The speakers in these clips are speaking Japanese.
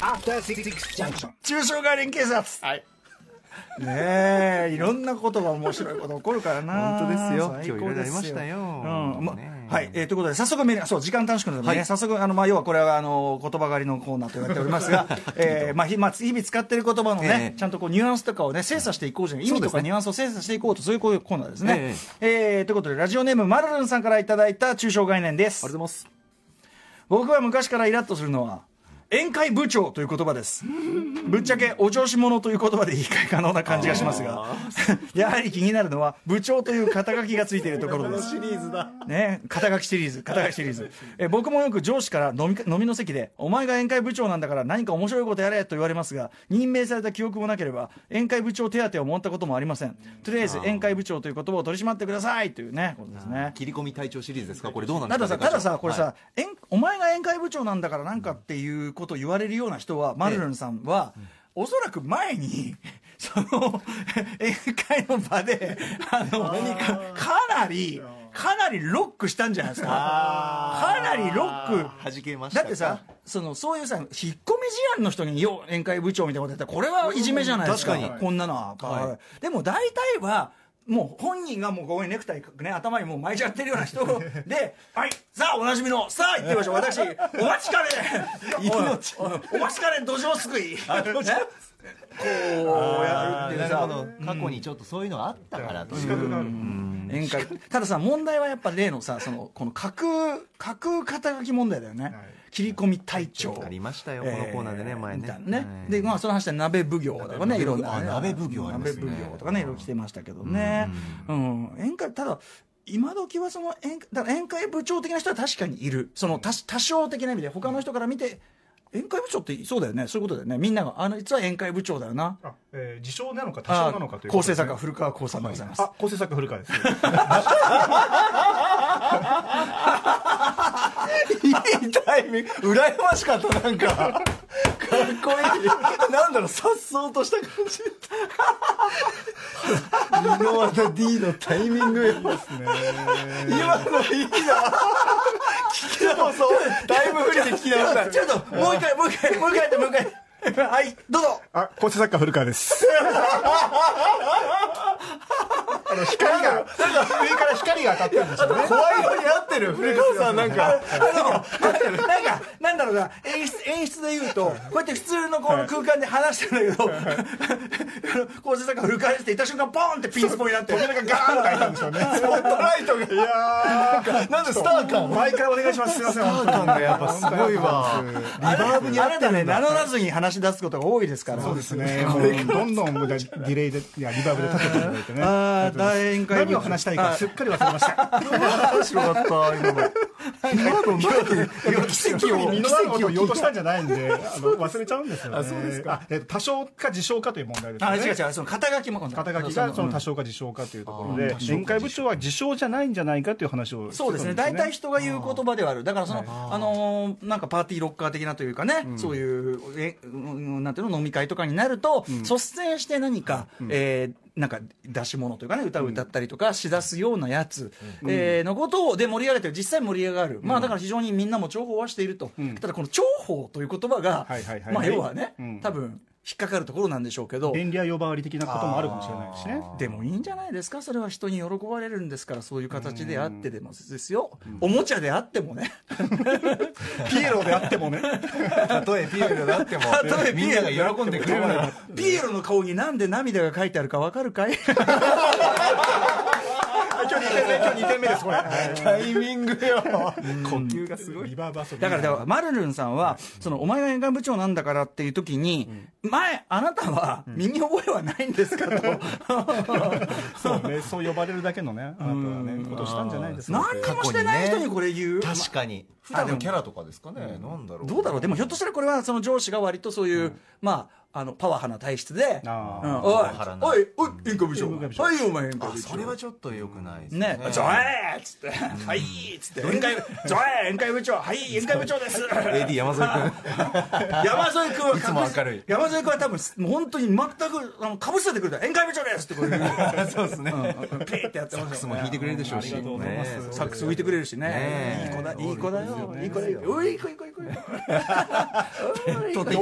アフターシックスジャンクション中小概念警察はいねえいろんなことが面白いこと起こるからな本当です最よ高今日いろいろあですりましたようんまねえはい、えーということで早速メールそう時間短縮なので、ね早速あの、まあ、要はこれはあの言葉狩りのコーナーと言われており ますが、えーまあ、ひまあ日々使ってる言葉のね、ええちゃんとこうニュアンスとかをね精査していこうじゃない意そう味でとすかねニュアンスを精査していこうとそういうこういうコーナーですね、えーということでラジオネームまるるんさんからいただいた抽象概念ですありがとうございます僕は昔からイラッとするのは宴会部長という言葉 ですぶっちゃけお調子者という言葉で言い換え可能な感じがしますが やはり気になるのは部長という肩書きがついているところですリーズだね、肩書きシリーズ肩書きシリーズえ僕もよく上司から飲みか飲みの席で「お前が宴会部長なんだから何か面白いことやれ」と言われますが任命された記憶もなければ宴会部長手当をもらったこともありませんとりあえず宴会部長という言葉を取り締まってくださいというねことですね切り込み隊長シリーズですかこれどうなんでたすだかさ、たださ、これさ、えんお前が宴会部長なんだからなんかっていうことを言われるような人は、マルルンさんは、おそらく前に、 その、 宴会の場で、あの、かかなり、かなりロックしたんじゃないですか。かなりロック。はじけましただかってさ、その、そういうさ、引っ込み思案の人に、よう、宴会部長みたいなことやったら、これはいじめじゃないですか。確かにこんなのは。はでも大体は、もう本人がもうここにネクタイ、ね、頭にもう巻いちゃってるような 人で、はい、さあおなじみの、さあ言ってみましょう。 私、お待ちかね命おおお待ちかね土壌すくい。ねこうやあるーっていなうるさほど過去にちょっとそういうのがあったからという宴会たださ問題はやっぱ例のさそのこの架空架空肩書き問題だよね、切り込み隊長ありましたよこのコーナーでね前ねみたいなはいでまあその話は鍋奉行だとかねいろんなねあ鍋奉行ありますね鍋奉行とかねいろいろ来てましたけどねうん、宴会ただ今時はその宴だから宴会部長的な人は確かにいるその多多少的な意味で他の人から見て宴会部長ってそうだよねそういうことだよねみんながあのいつは宴会部長だよなあ、えー、自称なのか多あ少なのかという構ことですね成作家古川光さんでございますあ構成作家古川ですいいタイミング羨ましかったなんかかっこいいなんだろうさっそうとした感じ 井ノ和 D のタイミングよ今のいいな聞き直そうだいぶ不利で聞き直したちょっともう一回もう一回もう一回やってもう一回はいどうぞあ構成作家古川です あの光が上から光が当たってるんですよね怖いようになってる古川さんなんかなんかなんだろうな演出演出で言うとこうやって普通のこの空間で話してるんだけど、こうせさんが振り返していた瞬間ポーンってピンスポになって扉がガーンと開いたんですよねスポットライトがいやーなんでスター感毎回お願いしますすいません本当にがやっぱすごいわリバーブにあれだね名乗らずに話し出すことが多いですからそうですねもうどんどんディレイでいやリバーブで立てていただいてねありがとうございますー大宴会何を話したいかすっかり忘れました面白かった今の今のうまく奇特跡にを身のないことを言おうとしたんじゃないんで、あの忘れちゃうんですよね。あそうですかあ。えっと多少か自称かという問題ですね。あ違う違うその肩書きも今度肩書きがその多少か自称かというところで、宴会部長は自称じゃないんじゃないかという話をしてたそんうですね大体人が言う言葉ではあるだからその、はいあのーなんかパーティーロッカー的なというかね、そういうえうんなんていうの飲み会とかになると、率先して何か、えーなんか出し物というかね歌を歌ったりとかしだすようなやつ、えーのことをで盛り上げてる実際盛り上がる、まあだから非常にみんなも重宝はしていると、ただこの重宝という言葉が、はいはいはいまあ要はね、うん多分引っかかるところなんでしょうけど便利屋呼ばわり的なこともあるかもしれないしね。でもいいんじゃないですかそれは人に喜ばれるんですからそういう形であってでもですよ、おもちゃであってもねピエロであってもね。たとえピエロだ っても例えばみんなが喜んでくれるならピエロの顔になんで涙が書いてあるかわかるかい今日2点目、今日2点目です、これ。タイミングよ呼吸がすごいリバーバーだからだからマルルンさんはそのお前が沿岸部長なんだからっていう時に前あなたは身に覚えはないんですか とそうね、そう呼ばれるだけのね、あなたはね、ことしたんじゃないですか。何にもしてない人にこれ言う確かに普段のキャラとかですかねなんだろうどうだろうでもひょっとしたらこれはその上司が割とそういう、まああのパワハな体質で、うん、あーおいパワハラ、なおい、おい、演歌部長。演歌部長はい、お前演歌あ部長。それはちょっと良くないですねね。 「ジョエ!」っつって「はい」っつって「宴会ジョエ宴会部長はい宴会部長です」 AD 山添君。 山添君は確実いつも明るい山添君は多分もう本当に全くあのかぶせてくれた宴会部長ですってこういうそうですね。うんピーってやってますいつも弾いてくれるでしょうし。ありがとうございますねサックス浮いてくれるしねいいねえ子だいい子だよいい子だよおいいい子いい子いい子動物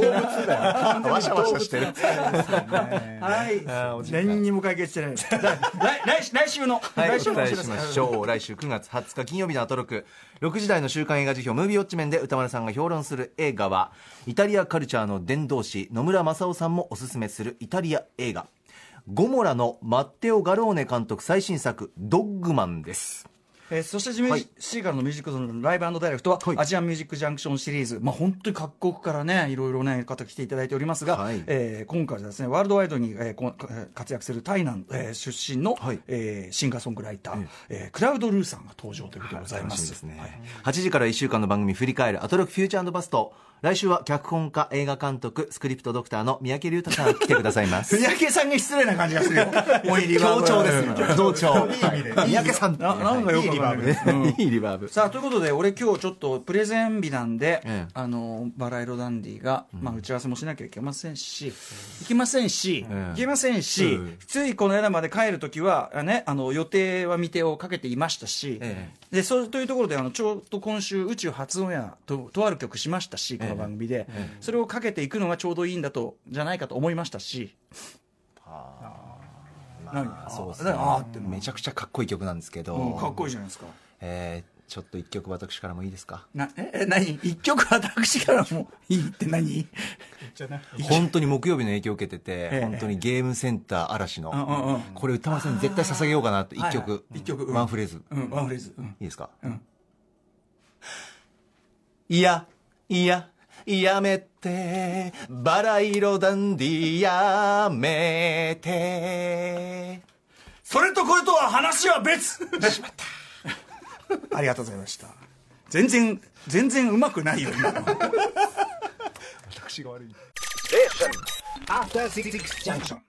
だよ。わしゃわしゃしてる。はいあーお時間何にも解決してない ですだ来来来週のはい、来お週の伝おえ知らしせましょう。来週9月20日金曜日のアトロク。6時台の週刊映画辞表、ムービーウォッチメンで歌丸さんが評論する映画は、イタリアカルチャーの伝道師、野村正夫さんもおすすめするイタリア映画。ゴモラのマッテオ・ガローネ監督最新作、ドッグマンです。えーそしてジミー、はいシーガルのミュージックゾーンのライブダイレクトは、はいアジアンミュージックジャンクションシリーズ、まあ、本当に各国からね、いろいろね、方来ていただいておりますが、はいえー今回はですね、ワールドワイドに、えーこん活躍するタイナン、えー出身の、はいえーシンガーソングライター、えークラウド・ルーさんが登場ということでございま楽しみす。ですね、はい8時から1週間の番組振り返るアトロックフューチャーバスト来週は脚本家映画監督スクリプトドクターの三宅龍太さん来てくださいます三宅さんが失礼な感じがするよ。 おいリバー強ブ調ですよ同調三宅さんってななんかよくわかんないいいリバーブさあということで俺今日ちょっとプレゼン日なんで、ええあのバラ色ダンディが、まあ、打ち合わせもしなきゃいけませんし、いけませんし、えいえけませんし、ええついこの間まで帰る時はあねあの予定は未定をかけていましたし、えでそうというところであのちょうど今週宇宙初オンエアととある曲しましたしこの番組で、それをかけていくのがちょうどいいんだとじゃないかと思いましたし。何そうですあねあーってめちゃくちゃかっこいい曲なんですけど、うんかっこいいじゃないですか。えーちょっと一曲私からもいいですかなええ何一曲 私からもいいって何じゃなくて本当に木曜日の影響を受けてて、ええ本当にゲームセンター嵐の、うんうんうんこれ歌丸さんに絶対捧げようかなって一曲、はいはい一曲うんワンフレーズ、うんワンフレーズ、うんいいですか、うんいや、いや、やめて、バラ色ダンディやめて。それとこれとは話は別しまった ありがとうございました全然全然うまくないよ今の私が悪い。 After Six Junction.